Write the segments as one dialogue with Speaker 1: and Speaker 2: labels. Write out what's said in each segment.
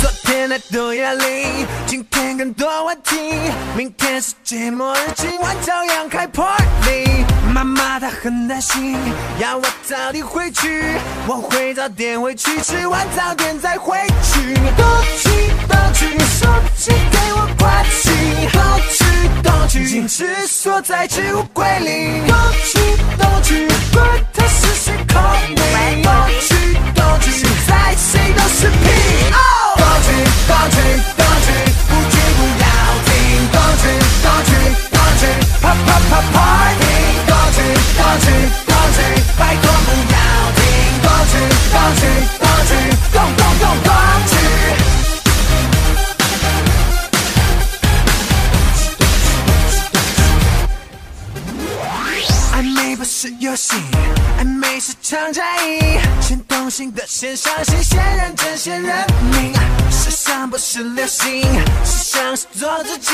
Speaker 1: 昨天的多压力，今天更多问题，明天世界末日，今晚照样开 party。妈妈她很担心，要我早点回去，我会早点回去，吃完早点再回去。都去都去，手机给我关机。都去都去，坚持锁在置物柜里。都去都去，管他是谁 call me。都去都去，现在谁都是屁。哦，都去都去都去，不去不要停。都去都去都去，啪啪啪 party。都去都去都去，拜托不要停。都去都去都去，动动动动去。暧昧不是游戏，暧昧是场战役，先动心的先伤心，先认真先认命。时尚不是流行，时尚是做自己。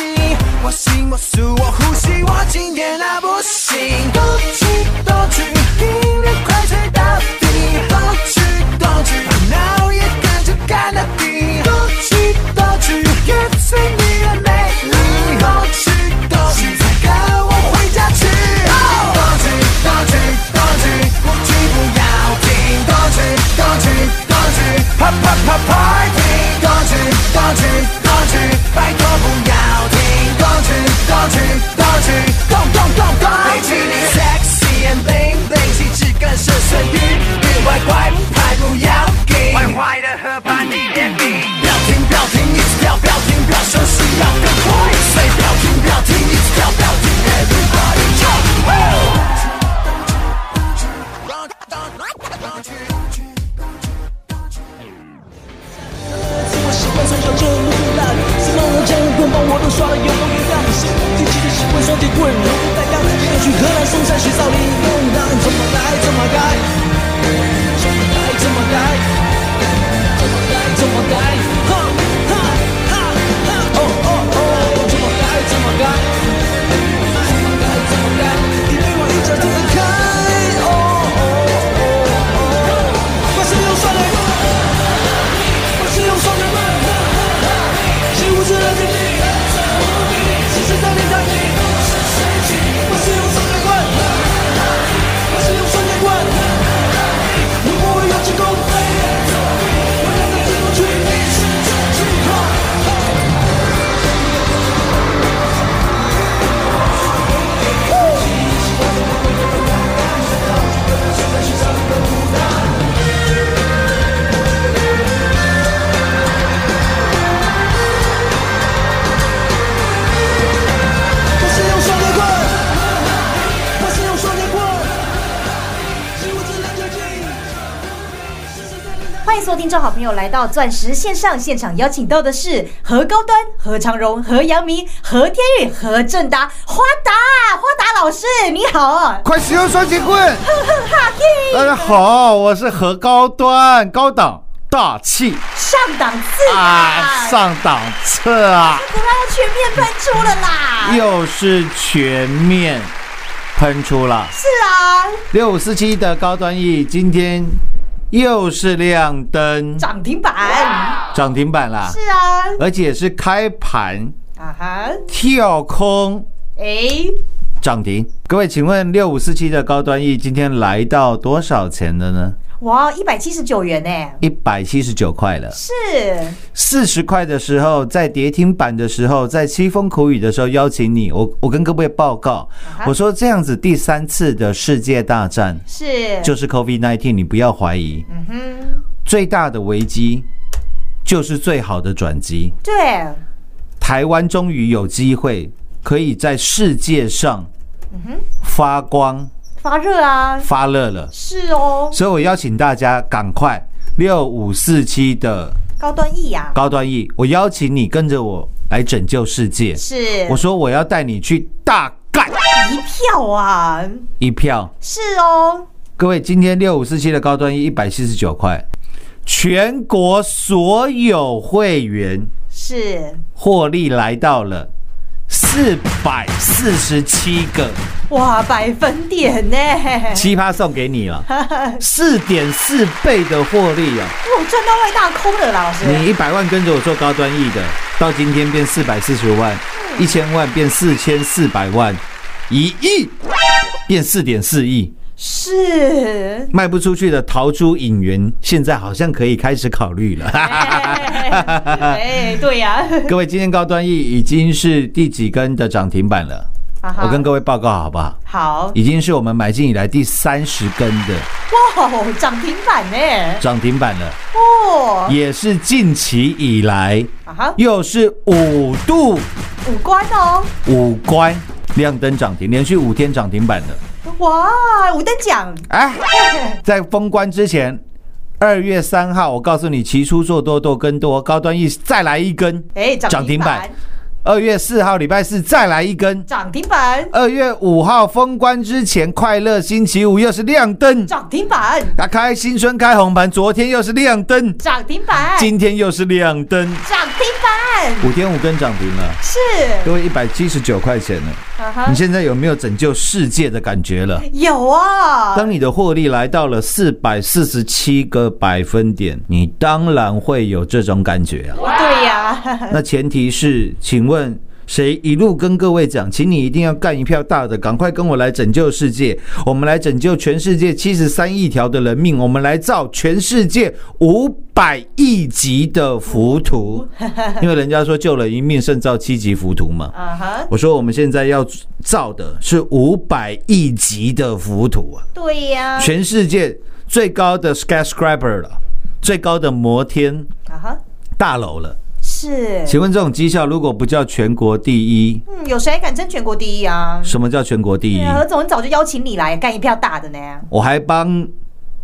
Speaker 1: 我行我素我呼吸，我今天那不行。都去都去，音乐快吹到底。都去都去，烦恼也跟着干到底。都去都去，跟随你的美丽。都去都去，现在跟我回家去。都去都去都去，不去不要停。都去都去都去，啪啪啪 party。都去都去都去，拜托不要停。都去都去都去，动动动动起你 sexy and bling bling，气质更胜色欲比坏坏还不要紧。坏坏的和把你点名，不要停不要停，一直跳不要停，不要休息要更快，所以不要停不要停，一直跳不要停，everybody jump。
Speaker 2: 我习惯双脚就如同大雨，什么人将棍棒我都耍得有风有浪。第七的习惯双截棍，如同带钢，也要去荷兰松山学少林用当，怎么来怎么来，怎么来怎么来，怎么来怎么来，哈哈哈哈哦哦哦，怎么来怎么来，怎么来怎么来，你对我一脚就能开，哦哦哦哦，我是用双腿。我是用双腿慢慢慢，是无知的天地，是谁在天堂里？我是用双截棍，我是用双截棍，如果我有成功，我让它进入去，你是真气我是用双截棍，我是用双截棍，是无知的天地。
Speaker 3: 欢迎所有听众好朋友来到钻石线上现场，邀请到的是何高端、何长荣、何阳明、何天宇、何正达、花达、花达老师，你好哦！
Speaker 4: 快使用双截棍！
Speaker 3: 哈天宇
Speaker 4: 大家好，我是何高端，高档大气
Speaker 3: 上档次
Speaker 4: 啊，
Speaker 3: 啊，
Speaker 4: 上档次啊，
Speaker 3: 果然要全面喷出了啦！
Speaker 4: 又是全面喷出了
Speaker 3: 是啊，
Speaker 4: 六五四七的高端 E，今天又是亮灯
Speaker 3: 涨停板
Speaker 4: 涨停板啦，
Speaker 3: 是啊，
Speaker 4: 而且是开盘
Speaker 3: 啊哈，
Speaker 4: 跳空
Speaker 3: 哎，
Speaker 4: 涨停。各位，请问六五四七的高端 E 今天来到多少钱的呢？
Speaker 3: 哇，一百七十九元呢，
Speaker 4: 一百七十九块了。
Speaker 3: 是
Speaker 4: 四十块的时候，在跌停板的时候，在凄风苦雨的时候邀请你，我我跟各位报告
Speaker 3: 啊哈，
Speaker 4: 我说这样子第三次的世界大战
Speaker 3: 是，
Speaker 4: 就是 COVID 1 9你不要怀疑，
Speaker 3: 嗯哼，
Speaker 4: 最大的危机就是最好的转机。
Speaker 3: 对，
Speaker 4: 台湾终于有机会可以在世界上
Speaker 3: 嗯
Speaker 4: 发光
Speaker 3: 发热啊，
Speaker 4: 发热了，
Speaker 3: 是哦，
Speaker 4: 所以我邀请大家赶快六五四七的
Speaker 3: 高端 E 呀、啊，
Speaker 4: 高端 E，我邀请你跟着我来拯救世界。
Speaker 3: 是
Speaker 4: 我说我要带你去大干
Speaker 3: 一票啊，
Speaker 4: 一票。
Speaker 3: 是哦，
Speaker 4: 各位，今天六五四七的高端 E 一百七十九块，全国所有会员
Speaker 3: 是
Speaker 4: 获利来到了四百四十七个，
Speaker 3: 哇，百分点呢，
Speaker 4: 奇葩送给你了，四点四倍的获利啊！
Speaker 3: 我哦赚到外大空了啦，老师，
Speaker 4: 你一百万跟着我做高端 E 的，到今天变四百四十万，一千万变四千四百万，一亿变四点四亿。
Speaker 3: 是，
Speaker 4: 卖不出去的逃出引援，现在好像可以开始考虑了。
Speaker 3: 哎，对呀、
Speaker 4: 各位，今天高端 E 已经是第几根的涨停板了？
Speaker 3: 啊哈
Speaker 4: 我跟各位报告好不好？
Speaker 3: 好，
Speaker 4: 已经是我们买进以来第三十根的
Speaker 3: 哇，涨停板呢，
Speaker 4: 涨停板了，
Speaker 3: 哦，
Speaker 4: 也是近期以来
Speaker 3: 啊哈，
Speaker 4: 又是五度
Speaker 3: 五关哦，
Speaker 4: 五关亮灯涨停，连续五天涨停板了。
Speaker 3: 哇，五等奖，
Speaker 4: 哎，在封关之前，二月三号，我告诉你，期初做多多跟多，高端 E 再来一根，
Speaker 3: 哎，涨停板，
Speaker 4: 二月四号，礼拜四再来一根。
Speaker 3: 涨停板，
Speaker 4: 二月五号封关之前，快乐星期五又是亮灯，
Speaker 3: 涨停板，
Speaker 4: 打开新春开红盘，昨天又是亮灯，
Speaker 3: 涨停板，
Speaker 4: 今天又是亮灯，
Speaker 3: 涨停板，
Speaker 4: 五天五根涨停了，
Speaker 3: 是，
Speaker 4: 各位一百七十九块钱了。
Speaker 3: 啊哈
Speaker 4: 你，现在有没有拯救世界的感觉了？
Speaker 3: 有啊，
Speaker 4: 当你的获利来到了四百四十七个百分点，你当然会有这种感觉啊。
Speaker 3: 对呀、
Speaker 4: 那前提是，请问谁一路跟各位讲，请你一定要干一票大的，赶快跟我来拯救世界，我们来拯救全世界七十三亿条的人命，我们来造全世界五百亿级的浮屠，因为人家说救了一命胜造七级浮屠嘛。
Speaker 3: 啊哈，
Speaker 4: 我说我们现在要造的是五百亿级的浮屠啊。
Speaker 3: 对呀、
Speaker 4: 全世界最高的 skyscraper 了，最高的摩天
Speaker 3: 啊哈，
Speaker 4: 大楼了。
Speaker 3: 是，
Speaker 4: 请问这种绩效如果不叫全国第一，
Speaker 3: 嗯，有谁敢争全国第一啊？
Speaker 4: 什么叫全国第一
Speaker 3: 对？啊何总很早就邀请你来干一票大的呢，
Speaker 4: 我还帮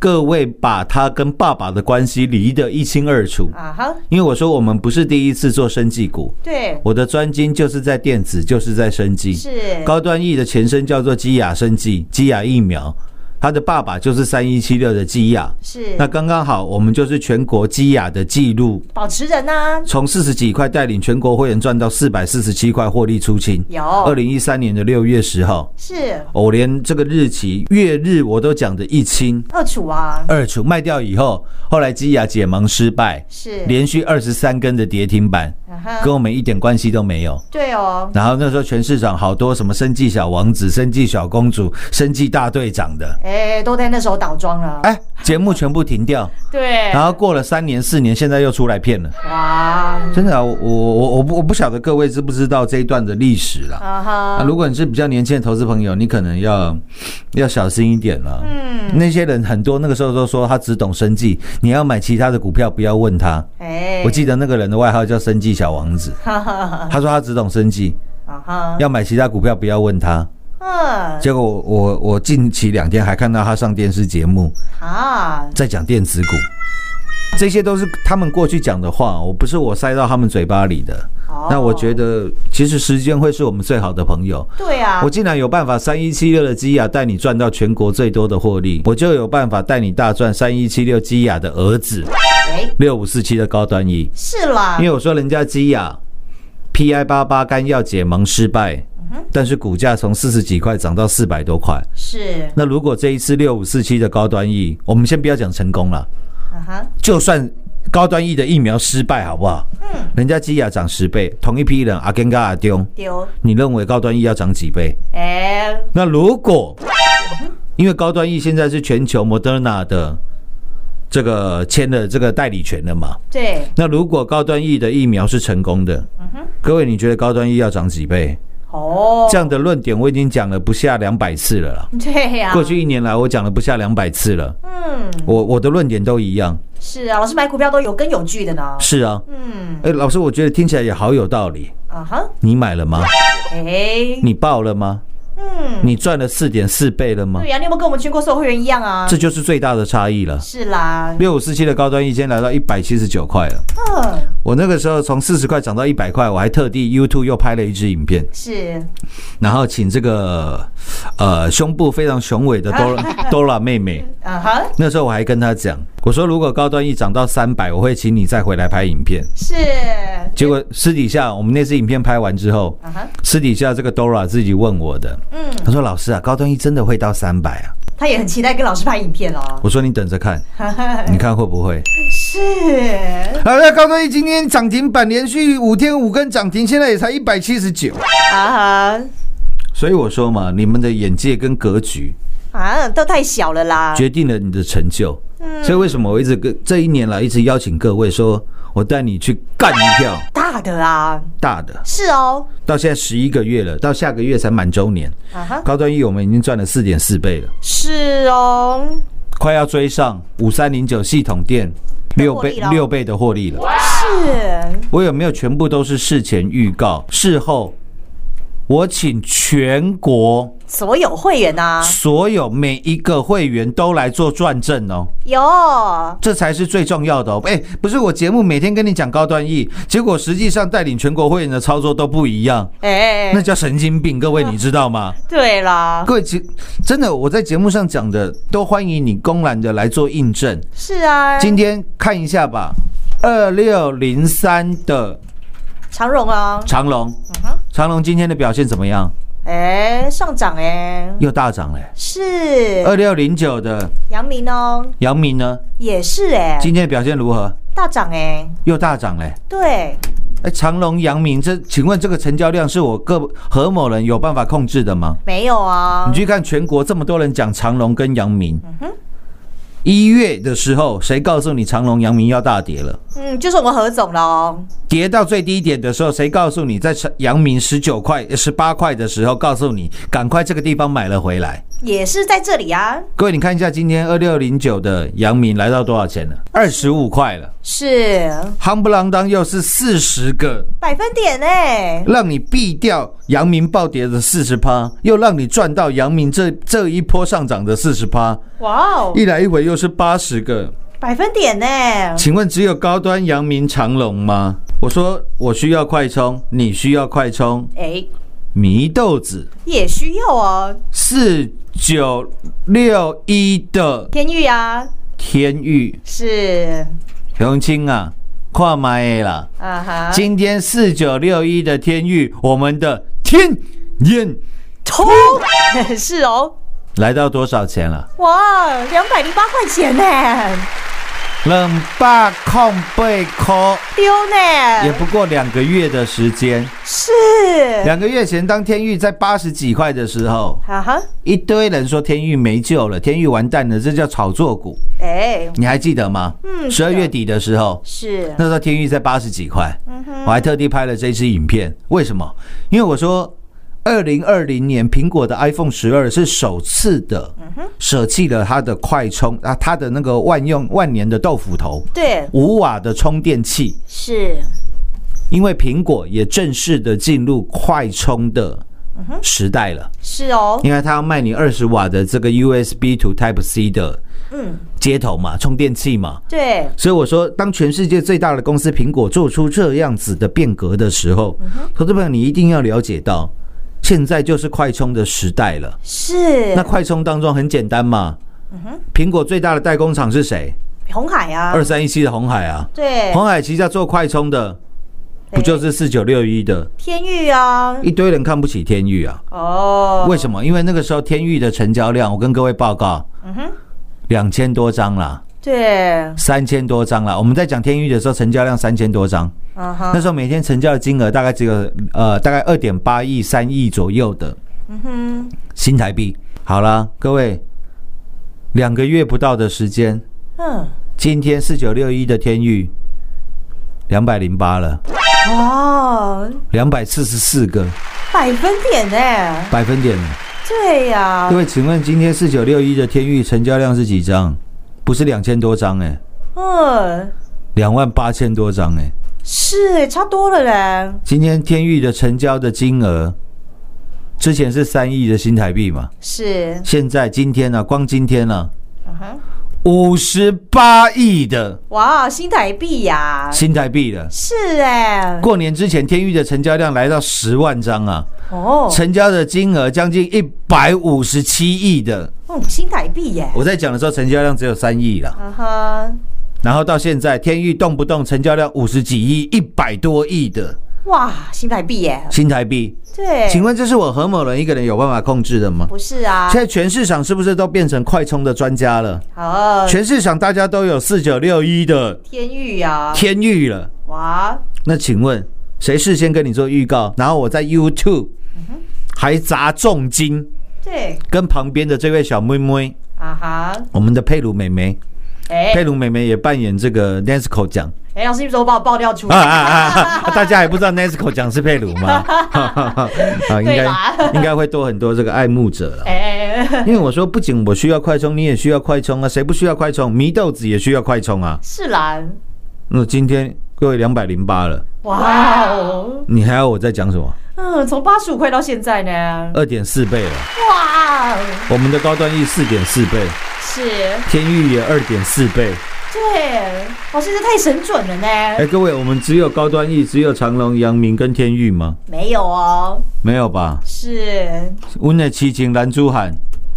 Speaker 4: 各位把他跟爸爸的关系理得一清二楚，
Speaker 3: 啊哈，
Speaker 4: 因为我说我们不是第一次做生技股，
Speaker 3: 对，
Speaker 4: 我的专精就是在电子，就是在生技。
Speaker 3: 是，
Speaker 4: 高端 E 的前身叫做基亚生技，基亚疫苗，他的爸爸就是三一七六的基亚。
Speaker 3: 是，
Speaker 4: 那刚刚好，我们就是全国基亚的记录，
Speaker 3: 保持人呐、啊，
Speaker 4: 从四十几块带领全国会员赚到四百四十七块，获利出清。
Speaker 3: 有
Speaker 4: 二零一三年的六月十号，
Speaker 3: 是
Speaker 4: 哦我连这个日期、月日我都讲得一清
Speaker 3: 二楚啊，
Speaker 4: 二楚。卖掉以后，后来基亚解盲失败，
Speaker 3: 是，
Speaker 4: 连续二十三根的跌停板，
Speaker 3: 啊哈
Speaker 4: 跟我们一点关系都没有。
Speaker 3: 对哦，
Speaker 4: 然后那时候全市场好多什么生计小王子、生计小公主、生计大队长的，
Speaker 3: 哎，都在那时候倒装了，
Speaker 4: 哎，节目全部停掉。
Speaker 3: 对，
Speaker 4: 然后过了三年四年，现在又出来骗了。
Speaker 3: 哇，
Speaker 4: 真的啊，我我我我不我不晓得各位知不知道这一段的历史啦。
Speaker 3: 啊哈，
Speaker 4: 啊，如果你是比较年轻的投资朋友，你可能要要小心一点了。嗯，那些人很多那个时候都说他只懂生计，你要买其他的股票不要问他。
Speaker 3: 哎，
Speaker 4: 啊我记得那个人的外号叫“生计小王子”，
Speaker 3: 哈哈哈，
Speaker 4: 他说他只懂生计，
Speaker 3: 啊哈，
Speaker 4: 要买其他股票不要问他。
Speaker 3: 嗯，
Speaker 4: 结果我我我近期两天还看到他上电视节目
Speaker 3: 啊，
Speaker 4: 在讲电子股，这些都是他们过去讲的话，我不是我塞到他们嘴巴里的。
Speaker 3: 哦
Speaker 4: 那我觉得其实时间会是我们最好的朋友。
Speaker 3: 对啊
Speaker 4: 我，竟然有办法三一七六的基亚带你赚到全国最多的获利，我就有办法带你大赚三一七六基亚的儿子
Speaker 3: 哎，
Speaker 4: 六五四七的高端一，
Speaker 3: 是啦
Speaker 4: 因，为我说人家基亚 PI 八八干药解盲失败，但是股价从四十几块涨到四百多块。
Speaker 3: 是，
Speaker 4: 那如果这一次六五四七的高端疫，我们先不要讲成功了，
Speaker 3: 啊哈，
Speaker 4: 就算高端疫的疫苗失败，好不好？嗯，人家基亚涨十倍，同一批人阿根跟阿丢，
Speaker 3: 丢，
Speaker 4: 你认为高端疫要涨几倍？
Speaker 3: 哎，
Speaker 4: 那如果因为高端疫现在是全球 Moderna 的这个签了这个代理权了嘛。
Speaker 3: 对，
Speaker 4: 那如果高端疫的疫苗是成功的，各位你觉得高端疫要涨几倍？
Speaker 3: 哦，
Speaker 4: 这样的论点我已经讲了不下两百次了啦。
Speaker 3: 对呀、
Speaker 4: 过去一年来我讲了不下两百次了，
Speaker 3: 嗯，
Speaker 4: 我我的论点都一样。
Speaker 3: 是啊，老师买股票都有根有据的呢。
Speaker 4: 是啊，
Speaker 3: 嗯，
Speaker 4: 哎，老师，我觉得听起来也好有道理。
Speaker 3: 啊哈，
Speaker 4: 你买了吗？
Speaker 3: 哎，
Speaker 4: 你报了吗？
Speaker 3: 嗯，
Speaker 4: 你赚了四点四倍了吗
Speaker 3: 对？呀、你有没有跟我们全国所有会员一样啊？
Speaker 4: 这就是最大的差异了。
Speaker 3: 是啦，
Speaker 4: 六五四七的高端一天来到一百七十九块了，
Speaker 3: 嗯，
Speaker 4: 我那个时候从四十块涨到一百块，我还特地 YouTube 又拍了一支影片，
Speaker 3: 是
Speaker 4: 然后请这个呃胸部非常雄 伟的 Dora Dora 妹妹，
Speaker 3: 啊哈，
Speaker 4: 那时候我还跟她讲，我说如果高端一涨到三百，我会请你再回来拍影片。
Speaker 3: 是
Speaker 4: 结果私底下我们那支影片拍完之后，
Speaker 3: 啊哈，
Speaker 4: 私底下这个 Dora 自己问我的，
Speaker 3: 嗯，
Speaker 4: 她说老师啊，高端一真的会到三百啊？
Speaker 3: 他也很期待跟老师拍影片哦。
Speaker 4: 我说你等着看，你看会不会？
Speaker 3: 是
Speaker 4: 哎好了，高端一今天涨停板连续五天五根涨停，现在也才一百七十九。
Speaker 3: 啊
Speaker 4: 所以我说嘛，你们的眼界跟格局
Speaker 3: 哈啊，都太小了啦。
Speaker 4: 决定了你的成就。所以为什么我一直跟这一年来一直邀请各位说，我带你去干一票
Speaker 3: 大的啊，
Speaker 4: 大的。
Speaker 3: 是哦，
Speaker 4: 到现在十一个月了，到下个月才满周年。
Speaker 3: 啊哈，
Speaker 4: 高端一我们已经赚了四点四倍了，
Speaker 3: 是哦，
Speaker 4: 快要追上五三零九系统店六倍
Speaker 3: 获利咯
Speaker 4: 六倍的获利了。
Speaker 3: 是
Speaker 4: 我有没有全部都是事前预告？事后我请全国
Speaker 3: 所有会员呐、啊，
Speaker 4: 所有每一个会员都来做转正哦，
Speaker 3: 有
Speaker 4: 这才是最重要的哦。哎，不是我节目每天跟你讲高端 E，结果实际上带领全国会员的操作都不一样，
Speaker 3: 哎、
Speaker 4: 那叫神经病。各位你知道吗？
Speaker 3: 对啦，
Speaker 4: 各位其真的我在节目上讲的，都欢迎你公然的来做印证。
Speaker 3: 是啊，
Speaker 4: 今天看一下吧，二六零三的
Speaker 3: 长荣啊，
Speaker 4: 长隆，长隆今天的表现怎么样？
Speaker 3: 哎、上涨哎、
Speaker 4: 又大涨嘞。
Speaker 3: 是
Speaker 4: 二六零九的
Speaker 3: 阳明哦，
Speaker 4: 阳明呢？
Speaker 3: 也是哎、
Speaker 4: 今天的表现如何？
Speaker 3: 大涨哎、
Speaker 4: 又大涨嘞。
Speaker 3: 对，
Speaker 4: 哎，长隆、阳明，这请问这个成交量是我个何某人有办法控制的吗？
Speaker 3: 没有啊
Speaker 4: 你，去看全国这么多人讲长隆跟阳明，一月的时候，谁告诉你长隆、阳明要大跌了？
Speaker 3: 嗯，就是我们何总哦喽，
Speaker 4: 跌到最低点的时候，谁告诉你在长阳明十九块、呃十八块的时候，告诉你赶快这个地方买了回来？
Speaker 3: 也是在这里啊，
Speaker 4: 各位，你看一下今天二六零九的阳明来到多少钱了？二十五块了，
Speaker 3: 是
Speaker 4: 夯不啷当又是四十个
Speaker 3: 百分点哎、
Speaker 4: 让你避掉阳明暴跌的四十趴，又让你赚到阳明这这一波上涨的四十趴，
Speaker 3: 哇哦，
Speaker 4: 一来一回又是八十个。
Speaker 3: 百分点哎、
Speaker 4: 请问只有高端阳明长隆吗？我说我需要快充，你需要快充，
Speaker 3: 哎、
Speaker 4: 祢豆子
Speaker 3: 也需要哦，
Speaker 4: 四九六一的
Speaker 3: 天域啊，
Speaker 4: 天域
Speaker 3: 是
Speaker 4: 雄青啊，跨买啦。
Speaker 3: 啊哈，
Speaker 4: 今天四九六一的天域，我们的天燕
Speaker 3: 突 是哦，
Speaker 4: 来到多少钱了？
Speaker 3: 哇，两百零八块钱呢、
Speaker 4: 两百空贝颗，
Speaker 3: 丢呢、
Speaker 4: 也不过两个月的时间。
Speaker 3: 是，哎
Speaker 4: 两个月前，当天域在八十几块的时候，
Speaker 3: 啊哈，
Speaker 4: 一堆人说天域没救了，天域完蛋了，这叫炒作股。
Speaker 3: 哎、
Speaker 4: 你还记得吗？
Speaker 3: 嗯
Speaker 4: 十二月底的时候，
Speaker 3: 是嗯
Speaker 4: 那时候天域在八十几块，我还特地拍了这支影片。为什么？因为我说，二零二零年苹果的 iPhone 十二是首次的
Speaker 3: 嗯
Speaker 4: 舍弃了它的快充啊，它的那个万用万年的豆腐头。
Speaker 3: 对，
Speaker 4: 五瓦的充电器，
Speaker 3: 是
Speaker 4: 因为苹果也正式的进入快充的时代了，
Speaker 3: 是哦，
Speaker 4: 因为它要卖你二十瓦的这个 USB to Type C 的
Speaker 3: 嗯，
Speaker 4: 接头嘛，充电器嘛。
Speaker 3: 对，
Speaker 4: 所以我说，当全世界最大的公司苹果做出这样子的变革的时候，
Speaker 3: 嗯
Speaker 4: 投资朋友你一定要了解到，现在就是快充的时代了。
Speaker 3: 是
Speaker 4: 那快充当中很简单嘛，苹果最大的代工厂是谁？
Speaker 3: 红海啊，
Speaker 4: 二三一七的红海啊，
Speaker 3: 对，
Speaker 4: 红海旗下做快充的不就是四九六一的？
Speaker 3: 天域啊，
Speaker 4: 一堆人看不起天域啊？
Speaker 3: 哦，
Speaker 4: 为什么？因为那个时候天域的成交量，我跟各位报告，
Speaker 3: 嗯
Speaker 4: 两千多张啦，
Speaker 3: 对，
Speaker 4: 三千多张啦。我们在讲天域的时候，成交量三千多张，
Speaker 3: 啊哈，
Speaker 4: 那时候每天成交的金额大概只有呃大概二点八亿、三亿左右的
Speaker 3: 嗯哼，
Speaker 4: 新台币。好啦，各位，两个月不到的时间，
Speaker 3: 嗯，
Speaker 4: 今天四九六一的天域两百零八了，
Speaker 3: 哇，
Speaker 4: 两百四十四个
Speaker 3: 百分点哎，
Speaker 4: 百分点了。
Speaker 3: 对呀
Speaker 4: 各，位，请问今天四九六一的天域成交量是几张？不是两千多张哎、
Speaker 3: 嗯，
Speaker 4: 两万八千多张哎、
Speaker 3: 是哎，差多了嘞，
Speaker 4: 今天天域的成交的金额，之前是三亿的新台币嘛，
Speaker 3: 是，
Speaker 4: 现在今天呢、光今天呢、
Speaker 3: 嗯哼，
Speaker 4: 五十八亿的
Speaker 3: 哇，新台币呀，
Speaker 4: 新台币了。
Speaker 3: 是哎，
Speaker 4: 过年之前，天域的成交量来到十万张啊，
Speaker 3: 哦，
Speaker 4: 成交的金额将近一百五十七亿的。
Speaker 3: 嗯，新台币耶，
Speaker 4: 我在讲的时候，成交量只有三亿啦。
Speaker 3: 嗯哼，
Speaker 4: 然后到现在，天域动不动成交量五十几亿、一百多亿的
Speaker 3: 哇，新台币耶，
Speaker 4: 新台币，
Speaker 3: 对，
Speaker 4: 请问这是我何某人一个人有办法控制的吗？
Speaker 3: 不是啊？
Speaker 4: 现在全市场是不是都变成快充的专家了？
Speaker 3: 哦，
Speaker 4: 全市场大家都有四九六一的
Speaker 3: 天域啊，
Speaker 4: 天域了。
Speaker 3: 哇，
Speaker 4: 那请问谁事先跟你做预告？然后我在 YouTube
Speaker 3: 嗯
Speaker 4: 还砸重金
Speaker 3: 对，
Speaker 4: 跟旁边的这位小妹妹，
Speaker 3: 啊哈，
Speaker 4: 我们的佩鲁妹妹，
Speaker 3: 哎、
Speaker 4: 佩鲁妹妹也扮演这个 Nesco 奖
Speaker 3: 哎、老师，你怎么把我爆料出
Speaker 4: 啊
Speaker 3: 来？
Speaker 4: 啊啊啊！大家还不知道 Nesco 奖是佩鲁吗？啊，应
Speaker 3: 对
Speaker 4: 该
Speaker 3: 啦
Speaker 4: 应该会多很多这个爱慕者 了。
Speaker 3: 哎、
Speaker 4: 因为我说，不仅我需要快充，你也需要快充啊！谁不需要快充？祢豆子也需要快充啊！
Speaker 3: 是啦，
Speaker 4: 那今天各位两百零八了，
Speaker 3: 哇哦，
Speaker 4: 你还要我再讲什么？
Speaker 3: 嗯，从八十五块到现在呢，
Speaker 4: 二点四倍了，
Speaker 3: 哇，
Speaker 4: 我们的高端 E 四点四倍，
Speaker 3: 是，
Speaker 4: 天域也二点四倍。
Speaker 3: 对，老师这太神准了呢，
Speaker 4: 哎，各位，我们只有高端 E，只有长隆、阳明跟天域吗？
Speaker 3: 没有哦，
Speaker 4: 没有吧？
Speaker 3: 是，
Speaker 4: 温的七情蓝珠喊，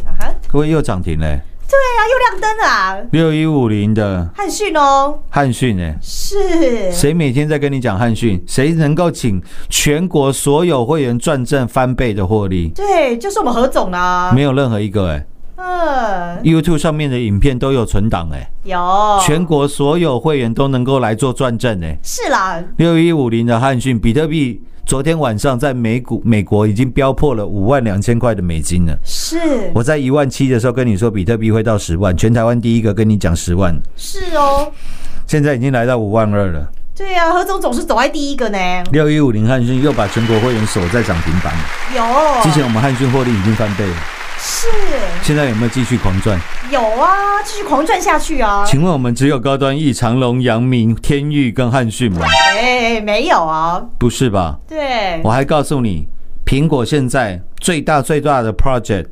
Speaker 3: 啊哈，
Speaker 4: 各位又涨停嘞，
Speaker 3: 对啊，又亮灯啊，
Speaker 4: 六一五零的
Speaker 3: 汉逊哦，
Speaker 4: 汉讯哎，
Speaker 3: 是，
Speaker 4: 谁每天在跟你讲汉讯？谁能够请全国所有会员赚正翻倍的获利？
Speaker 3: 对，就是我们何总啊，
Speaker 4: 没有任何一个哎、
Speaker 3: 嗯，
Speaker 4: YouTube 上面的影片都有存档哎、
Speaker 3: 有，
Speaker 4: 全国所有会员都能够来做转正哎、
Speaker 3: 是啦，
Speaker 4: 六一五零的汉讯，比特币昨天晚上在美股美国已经飙破了五万两千块的美金了。
Speaker 3: 是
Speaker 4: 我在一万七的时候跟你说，比特币会到十万，全台湾第一个跟你讲十万，
Speaker 3: 是哦，
Speaker 4: 现在已经来到五万二了。
Speaker 3: 对啊，何总总是走在第一个呢，
Speaker 4: 六一五零汉讯又把全国会员锁在涨停板了。
Speaker 3: 有，
Speaker 4: 之前我们汉讯获利已经翻倍了，
Speaker 3: 是
Speaker 4: 现在有没有继续狂赚？
Speaker 3: 有啊，继续狂赚下去啊，
Speaker 4: 请问我们只有高端 E、长隆、阳明、天域跟汉讯吗？
Speaker 3: 哎、没有啊，
Speaker 4: 不是吧？
Speaker 3: 对
Speaker 4: 我，还告诉你，苹果现在最大最大的 project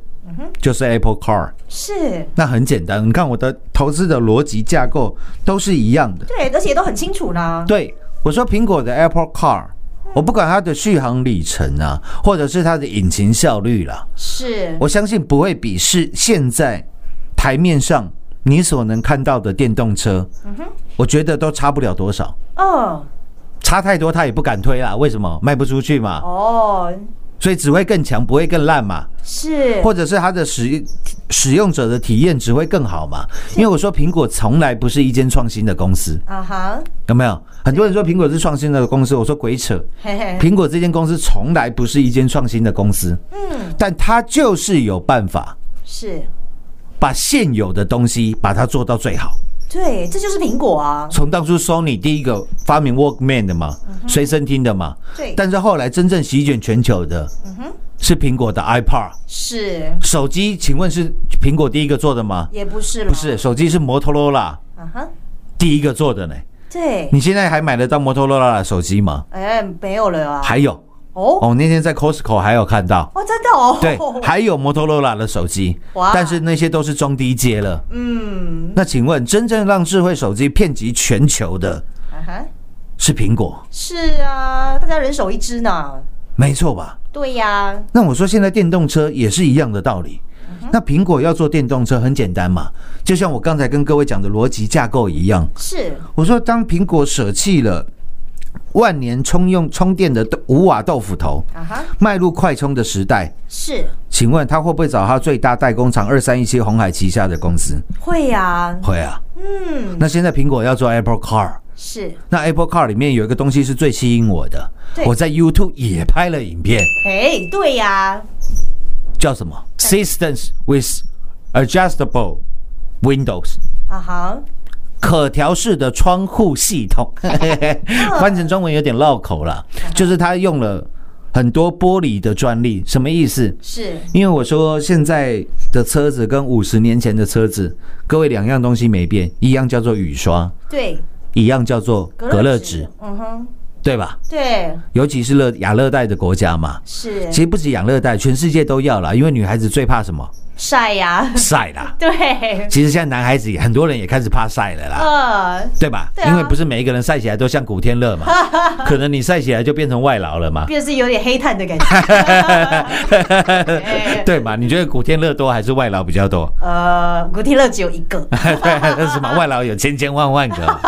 Speaker 4: 就是 Apple Car。
Speaker 3: 是，
Speaker 4: 那很简单，你看我的投资的逻辑架构都是一样的。
Speaker 3: 对，而且都很清楚呢，
Speaker 4: 对，我说苹果的 Apple Car，我不管它的续航里程啊，或者是它的引擎效率啦、
Speaker 3: 是，
Speaker 4: 我相信不会比是现在台面上你所能看到的电动车，我觉得都差不了多少。
Speaker 3: 嗯，
Speaker 4: 差太多，它也不敢推啦。为什么？卖不出去嘛，
Speaker 3: 哦，
Speaker 4: 所以只会更强，不会更烂嘛。
Speaker 3: 是，
Speaker 4: 或者是它的使使用者的体验只会更好嘛？因为我说苹果从来不是一间创新的公司，
Speaker 3: 啊哈，
Speaker 4: 有没有？很多人说苹果是创新的公司，我说鬼扯！
Speaker 3: 嘿嘿，
Speaker 4: 苹果这间公司从来不是一间创新的公司，
Speaker 3: 嗯，
Speaker 4: 但它就是有办法
Speaker 3: 是，
Speaker 4: 把现有的东西把它做到最好。
Speaker 3: 对，这就是苹果啊，
Speaker 4: 从当初 Sony 第一个发明 Walkman 的嘛，随身听的嘛，
Speaker 3: 嗯对，嗯
Speaker 4: 但是后来真正席卷全球的是苹果的 iPod
Speaker 3: 是，
Speaker 4: 手机，请问是苹果第一个做的吗？
Speaker 3: 也不是了，
Speaker 4: 不是，，手机是摩托罗拉
Speaker 3: 啊哈，
Speaker 4: 第一个做的呢。
Speaker 3: 对，
Speaker 4: 你现在还买得到摩托罗拉的手机吗？
Speaker 3: 哎、没有了啊，
Speaker 4: 还有，
Speaker 3: 哦，
Speaker 4: 哦，那天在 Costco 还有看到，
Speaker 3: 哦，真的哦，
Speaker 4: 对，还有摩托罗拉的手机
Speaker 3: 哇，
Speaker 4: 但是那些都是中低阶了。
Speaker 3: 嗯，
Speaker 4: 那请问，真正让智慧手机遍及全球的
Speaker 3: 啊哈。
Speaker 4: 是苹果，
Speaker 3: 是啊，大家人手一支呢。
Speaker 4: 没错吧？
Speaker 3: 对呀、
Speaker 4: 那我说现在电动车也是一样的道理。
Speaker 3: 嗯
Speaker 4: 那苹果要做电动车很简单嘛，就像我刚才跟各位讲的逻辑架构一样，
Speaker 3: 是
Speaker 4: 我说，当苹果舍弃了万年充用充电的五瓦豆腐头，
Speaker 3: 啊哈，
Speaker 4: 迈入快充的时代，
Speaker 3: 是
Speaker 4: 请问他会不会找他最大代工厂二三一七红海旗下的公司？
Speaker 3: 会呀、
Speaker 4: 会啊。
Speaker 3: 嗯，
Speaker 4: 那现在苹果要做 Apple Car，
Speaker 3: 是
Speaker 4: 那 Apple Car 里面有一个东西是最吸引我的
Speaker 3: 对，
Speaker 4: 我在 YouTube 也拍了影片，
Speaker 3: 哎，对呀、
Speaker 4: 叫什么 Systems with Adjustable Windows。
Speaker 3: 啊，哈，
Speaker 4: 可调式的窗户系统， 翻成中文有点绕口了，就是他用了很多玻璃的专利，什么意思？
Speaker 3: 是
Speaker 4: 因为我说现在的车子跟五十年前的车子，各位两样东西没变，一样叫做雨刷，
Speaker 3: 对，
Speaker 4: 一样叫做隔热纸，，
Speaker 3: 嗯哼，
Speaker 4: 对吧？
Speaker 3: 对，
Speaker 4: 尤其是热亚热带的国家嘛，
Speaker 3: 是
Speaker 4: 其实不止亚热带，全世界都要啦，因为女孩子最怕什么？
Speaker 3: 晒呀，
Speaker 4: 晒啦。
Speaker 3: 对，
Speaker 4: 其实现在男孩子也很多人也开始怕晒了啦。
Speaker 3: 呃，
Speaker 4: 对吧？
Speaker 3: 对啊
Speaker 4: 因为不是每一个人晒起来都像古天乐 嘛，可能你晒起来就变成外劳了嘛，，
Speaker 3: 便是有点黑炭的感觉
Speaker 4: 对嘛？你觉得古天乐多还是外劳比较多？
Speaker 3: 呃，古天乐只有一个，
Speaker 4: 对，什么外劳有千千万万 个，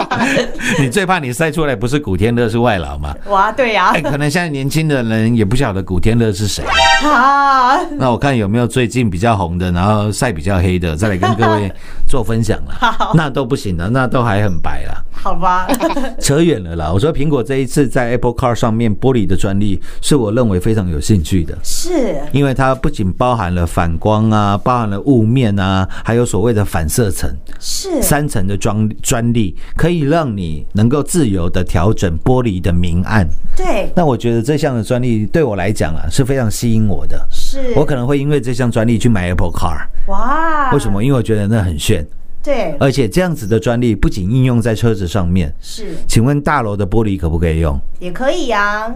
Speaker 4: 你最怕你晒出来不是古天乐是外劳嘛？
Speaker 3: 哇，对呀
Speaker 4: 哎，，可能现在年轻的人也不晓得古天乐是谁。
Speaker 3: 啊，
Speaker 4: 那我看有没有最近比较红的，然后晒比较黑的，再来跟各位做分享了
Speaker 3: 好。
Speaker 4: 那都不行了，那都还很白了。
Speaker 3: 好吧，
Speaker 4: 扯远了啦。我说苹果这一次在 Apple Car 上面玻璃的专利，是我认为非常有兴趣的，
Speaker 3: 是
Speaker 4: 因为它不仅包含了反光啊，包含了雾面啊，还有所谓的反射层，
Speaker 3: 是，
Speaker 4: 三层的专专利，可以让你能够自由的调整玻璃的明暗。
Speaker 3: 对，
Speaker 4: 那我觉得这项的专利对我来讲啊，是非常吸引我的。
Speaker 3: 是，
Speaker 4: 我可能会因为这项专利去买 Apple Car，
Speaker 3: 哇，
Speaker 4: 为什？么？因呃为我觉得那很炫，
Speaker 3: 对，
Speaker 4: 而且这样子的专利不仅应用在车子上面，
Speaker 3: 是
Speaker 4: 请问大楼的玻璃可不可以用？
Speaker 3: 也可以呀，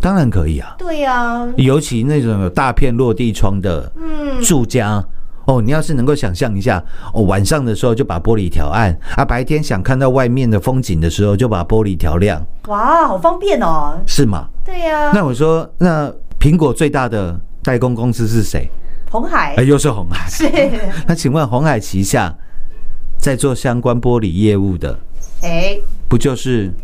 Speaker 4: 当然可以啊，
Speaker 3: 对呀，
Speaker 4: 尤其那种有大片落地窗的住家。哦，你要是能够想象一下，哦，晚上的时候就把玻璃调暗啊，白天想看到外面的风景的时候就把玻璃调亮，
Speaker 3: 哇，好方便哦，
Speaker 4: 是吗？
Speaker 3: 对呀，
Speaker 4: 那我说，那苹果最大的代工公司是谁？
Speaker 3: 红海
Speaker 4: 哎，又是红海。
Speaker 3: 是，
Speaker 4: 那请问红海旗下在做相关玻璃业务的，
Speaker 3: 哎，
Speaker 4: 不就是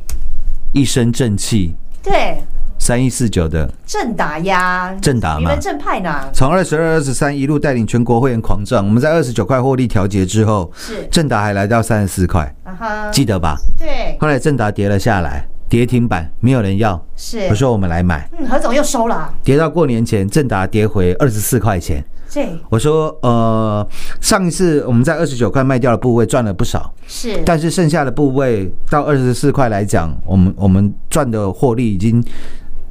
Speaker 4: 一身正气
Speaker 3: 对，
Speaker 4: 三一四九的
Speaker 3: 正打呀，
Speaker 4: 正达
Speaker 3: 你
Speaker 4: 嘛
Speaker 3: 们？正派呢？
Speaker 4: 从二十二、二十三一路带领全国会员狂涨，我们在二十九块获利调节之后，
Speaker 3: 是
Speaker 4: 正达还来到三十四块，
Speaker 3: 啊哈，
Speaker 4: 记得吧？
Speaker 3: 对，
Speaker 4: 后来正达跌了下来，跌停板，没有人要，
Speaker 3: 是
Speaker 4: 我，说我们来买，
Speaker 3: 嗯，何总又收了，
Speaker 4: 跌到过年前，正达跌回二十四块钱。
Speaker 3: 对，
Speaker 4: 我说，呃，上一次我们在二十九块卖掉的部位赚了不少，
Speaker 3: 是，
Speaker 4: 但是剩下的部位到二十四块来讲，我们我们赚的获利已经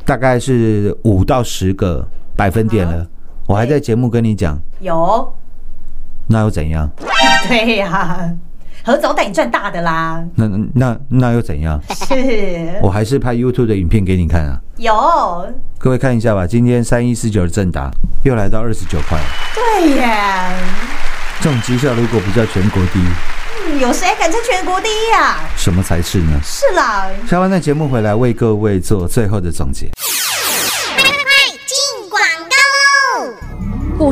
Speaker 4: 大概是五到十个百分点了。我还在节目跟你讲，
Speaker 3: 有，
Speaker 4: 那又怎样？
Speaker 3: 对呀，嗯何总带你赚大的啦，
Speaker 4: 那那那又怎样？
Speaker 3: 是
Speaker 4: 我还是拍 YouTube 的影片给你看啊，
Speaker 3: 嗯有，
Speaker 4: 各位看一下吧。今天三一四九的正达又来到二十九块了，
Speaker 3: 对呀，
Speaker 4: 这种绩效如果不叫全国第一，
Speaker 3: 嗯有谁敢称全国第一啊？
Speaker 4: 什么才是呢？
Speaker 3: 是啦，
Speaker 4: 下完的节目回来为各位做最后的总结。
Speaker 5: 进广告喽！股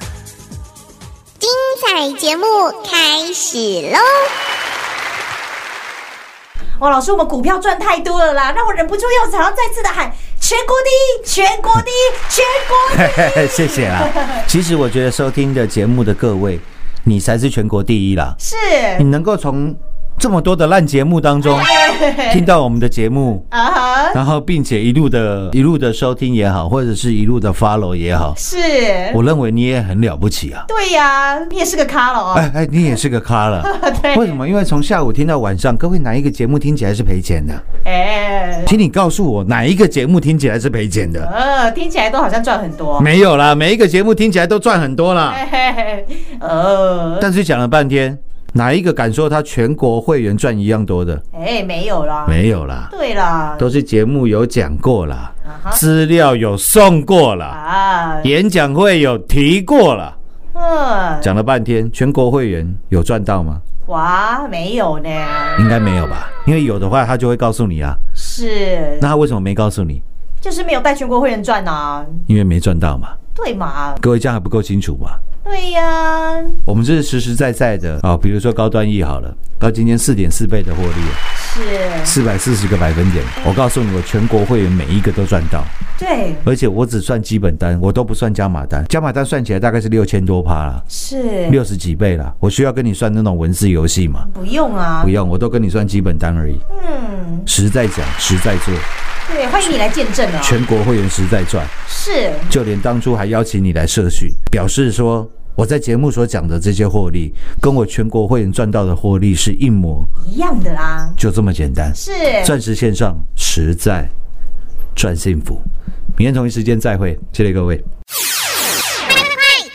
Speaker 5: 精彩节目开始喽！
Speaker 3: 哇，老师，我们股票赚太多了啦，让我忍不住又想要再次的喊全国第一，全国第一，全国第一。
Speaker 4: 嘿嘿谢谢啦。其实我觉得收听的节目的各位，你才是全国第一啦。
Speaker 3: 是，
Speaker 4: 你能够从这么多的烂节目当中听到我们的节目，
Speaker 3: 啊哈，
Speaker 4: 然后并且一路的一路的收听也好，或者是一路的 follow 也好，
Speaker 3: 是，
Speaker 4: 我认为你也很了不起啊。
Speaker 3: 对呀，你也是个咖了哦。
Speaker 4: 哎哎，你也是个咖了。
Speaker 3: 对
Speaker 4: 为什么？因为从下午听到晚上，各位哪一个节目听起来是赔钱的？
Speaker 3: 哎，
Speaker 4: 请你告诉我哪一个节目听起来是赔钱的？
Speaker 3: 呃， 听起来都好像赚很多。
Speaker 4: 没有啦，每一个节目听起来都赚很多 啦。
Speaker 3: 嘿嘿嘿呃，
Speaker 4: 但是讲了半天，哪一个敢说他全国会员赚一样多的？
Speaker 3: 哎，没有啦，
Speaker 4: 没有啦，
Speaker 3: 对啦，
Speaker 4: 都是节目有讲过啦，
Speaker 3: 啊哈
Speaker 4: 资料有送过啦，
Speaker 3: 啊，
Speaker 4: 演讲会有提过啦。
Speaker 3: 嗯，
Speaker 4: 讲了半天，全国会员有赚到吗？
Speaker 3: 哇，没有呢，
Speaker 4: 应该没有吧，因为有的话他就会告诉你啊。
Speaker 3: 是，
Speaker 4: 那他为什么没告诉你？
Speaker 3: 就是没有带全国会员赚啊，
Speaker 4: 因为没赚到嘛。
Speaker 3: 对嘛，
Speaker 4: 各位这样还不够清楚吗？
Speaker 3: 对呀，
Speaker 4: 我们这是实实在在的啊、比如说高端 E 好了，到今天四点四倍的获利，
Speaker 3: 是，
Speaker 4: 四百四十个百分点。我告诉你，我全国会员每一个都赚到，
Speaker 3: 对，
Speaker 4: 而且我只算基本单，我都不算加码单。加码单算起来大概是六千多趴啦，
Speaker 3: 是，
Speaker 4: 六十几倍啦。我需要跟你算那种文字游戏吗？
Speaker 3: 不用啊
Speaker 4: 不，用，我都跟你算基本单而已。
Speaker 3: 嗯，
Speaker 4: 实在讲，实在做，
Speaker 3: 对，欢迎你来见证啊，
Speaker 4: 全国会员实在赚。
Speaker 3: 是，
Speaker 4: 就连当初还邀请你来社训，表示说我在节目所讲的这些获利，跟我全国会员赚到的获利是一模，
Speaker 3: 一样的啦，
Speaker 4: 就这么简单。
Speaker 3: 是，
Speaker 4: 钻石线上实在赚幸福，明天同一时间再会，谢谢各位。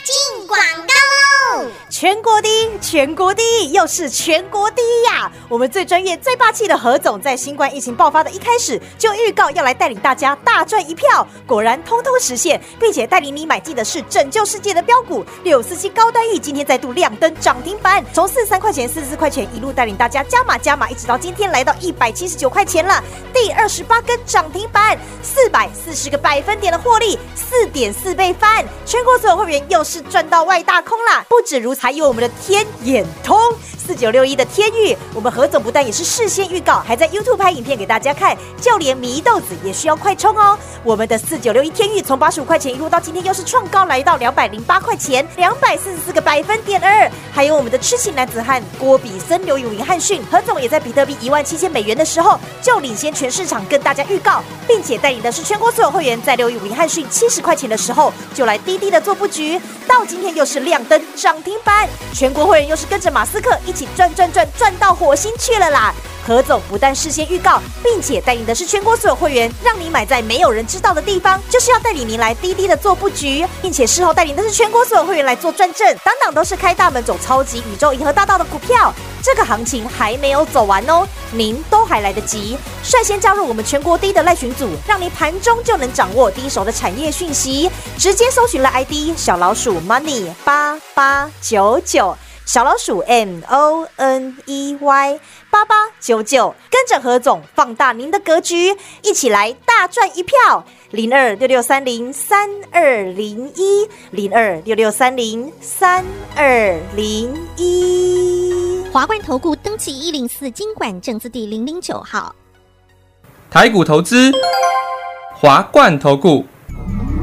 Speaker 6: 进广告喽！
Speaker 3: 全国第一，全国第一，又是全国第一呀！我们最专业、最霸气的何总，在新冠疫情爆发的一开始就预告要来带领大家大赚一票，果然通通实现，并且带领你买进的是拯救世界的标股六四七高端 E，今天再度亮灯涨停板，从四十三块钱、四十四块钱一路带领大家加码加码，一直到今天来到一百七十九块钱了，第二十八根涨停板，四百四十个百分点的获利，四点四倍翻，全国所有会员又是赚到外大空啦！不止如才有我们的天眼通四九六一的天域，我们何总不但也是事先预告，还在 YouTube 拍影片给大家看，就连迷豆子也需要快充哦。我们的四九六一天域从八十五块钱一路到今天又是创高，来到两百零八块钱，两百四十四个百分点二。还有我们的痴情男子汉郭比森、刘永林、汉逊，何总也在比特币一万七千美元的时候就领先全市场，跟大家预告，并且带领的是全国所有会员，在刘永林、汉逊七十块钱的时候就来低低的做布局，到今天又是亮灯涨停板，全国会员又是跟着马斯克一起转转转转到火星去了啦。何总不但事先预告，并且带领的是全国所有会员，让你买在没有人知道的地方，就是要带领您来滴滴的做布局，并且事后带领的是全国所有会员来做转正，档档都是开大门走超级宇宙银河大道的股票。这个行情还没有走完哦，您都还来得及，率先加入我们全国第一的赖群组，让您盘中就能掌握第一手的产业讯息。直接搜寻了 ID 小老鼠 money 八八九九。小老鼠 M O N E Y 八八九九，跟着何总放大您的格局，一起来大赚一票。零二六六三零三二零一，零二六六三零三二零一。
Speaker 5: 华冠投顾登记一零四经管证字第零零九号。
Speaker 7: 台股投资，华冠投顾。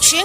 Speaker 6: 全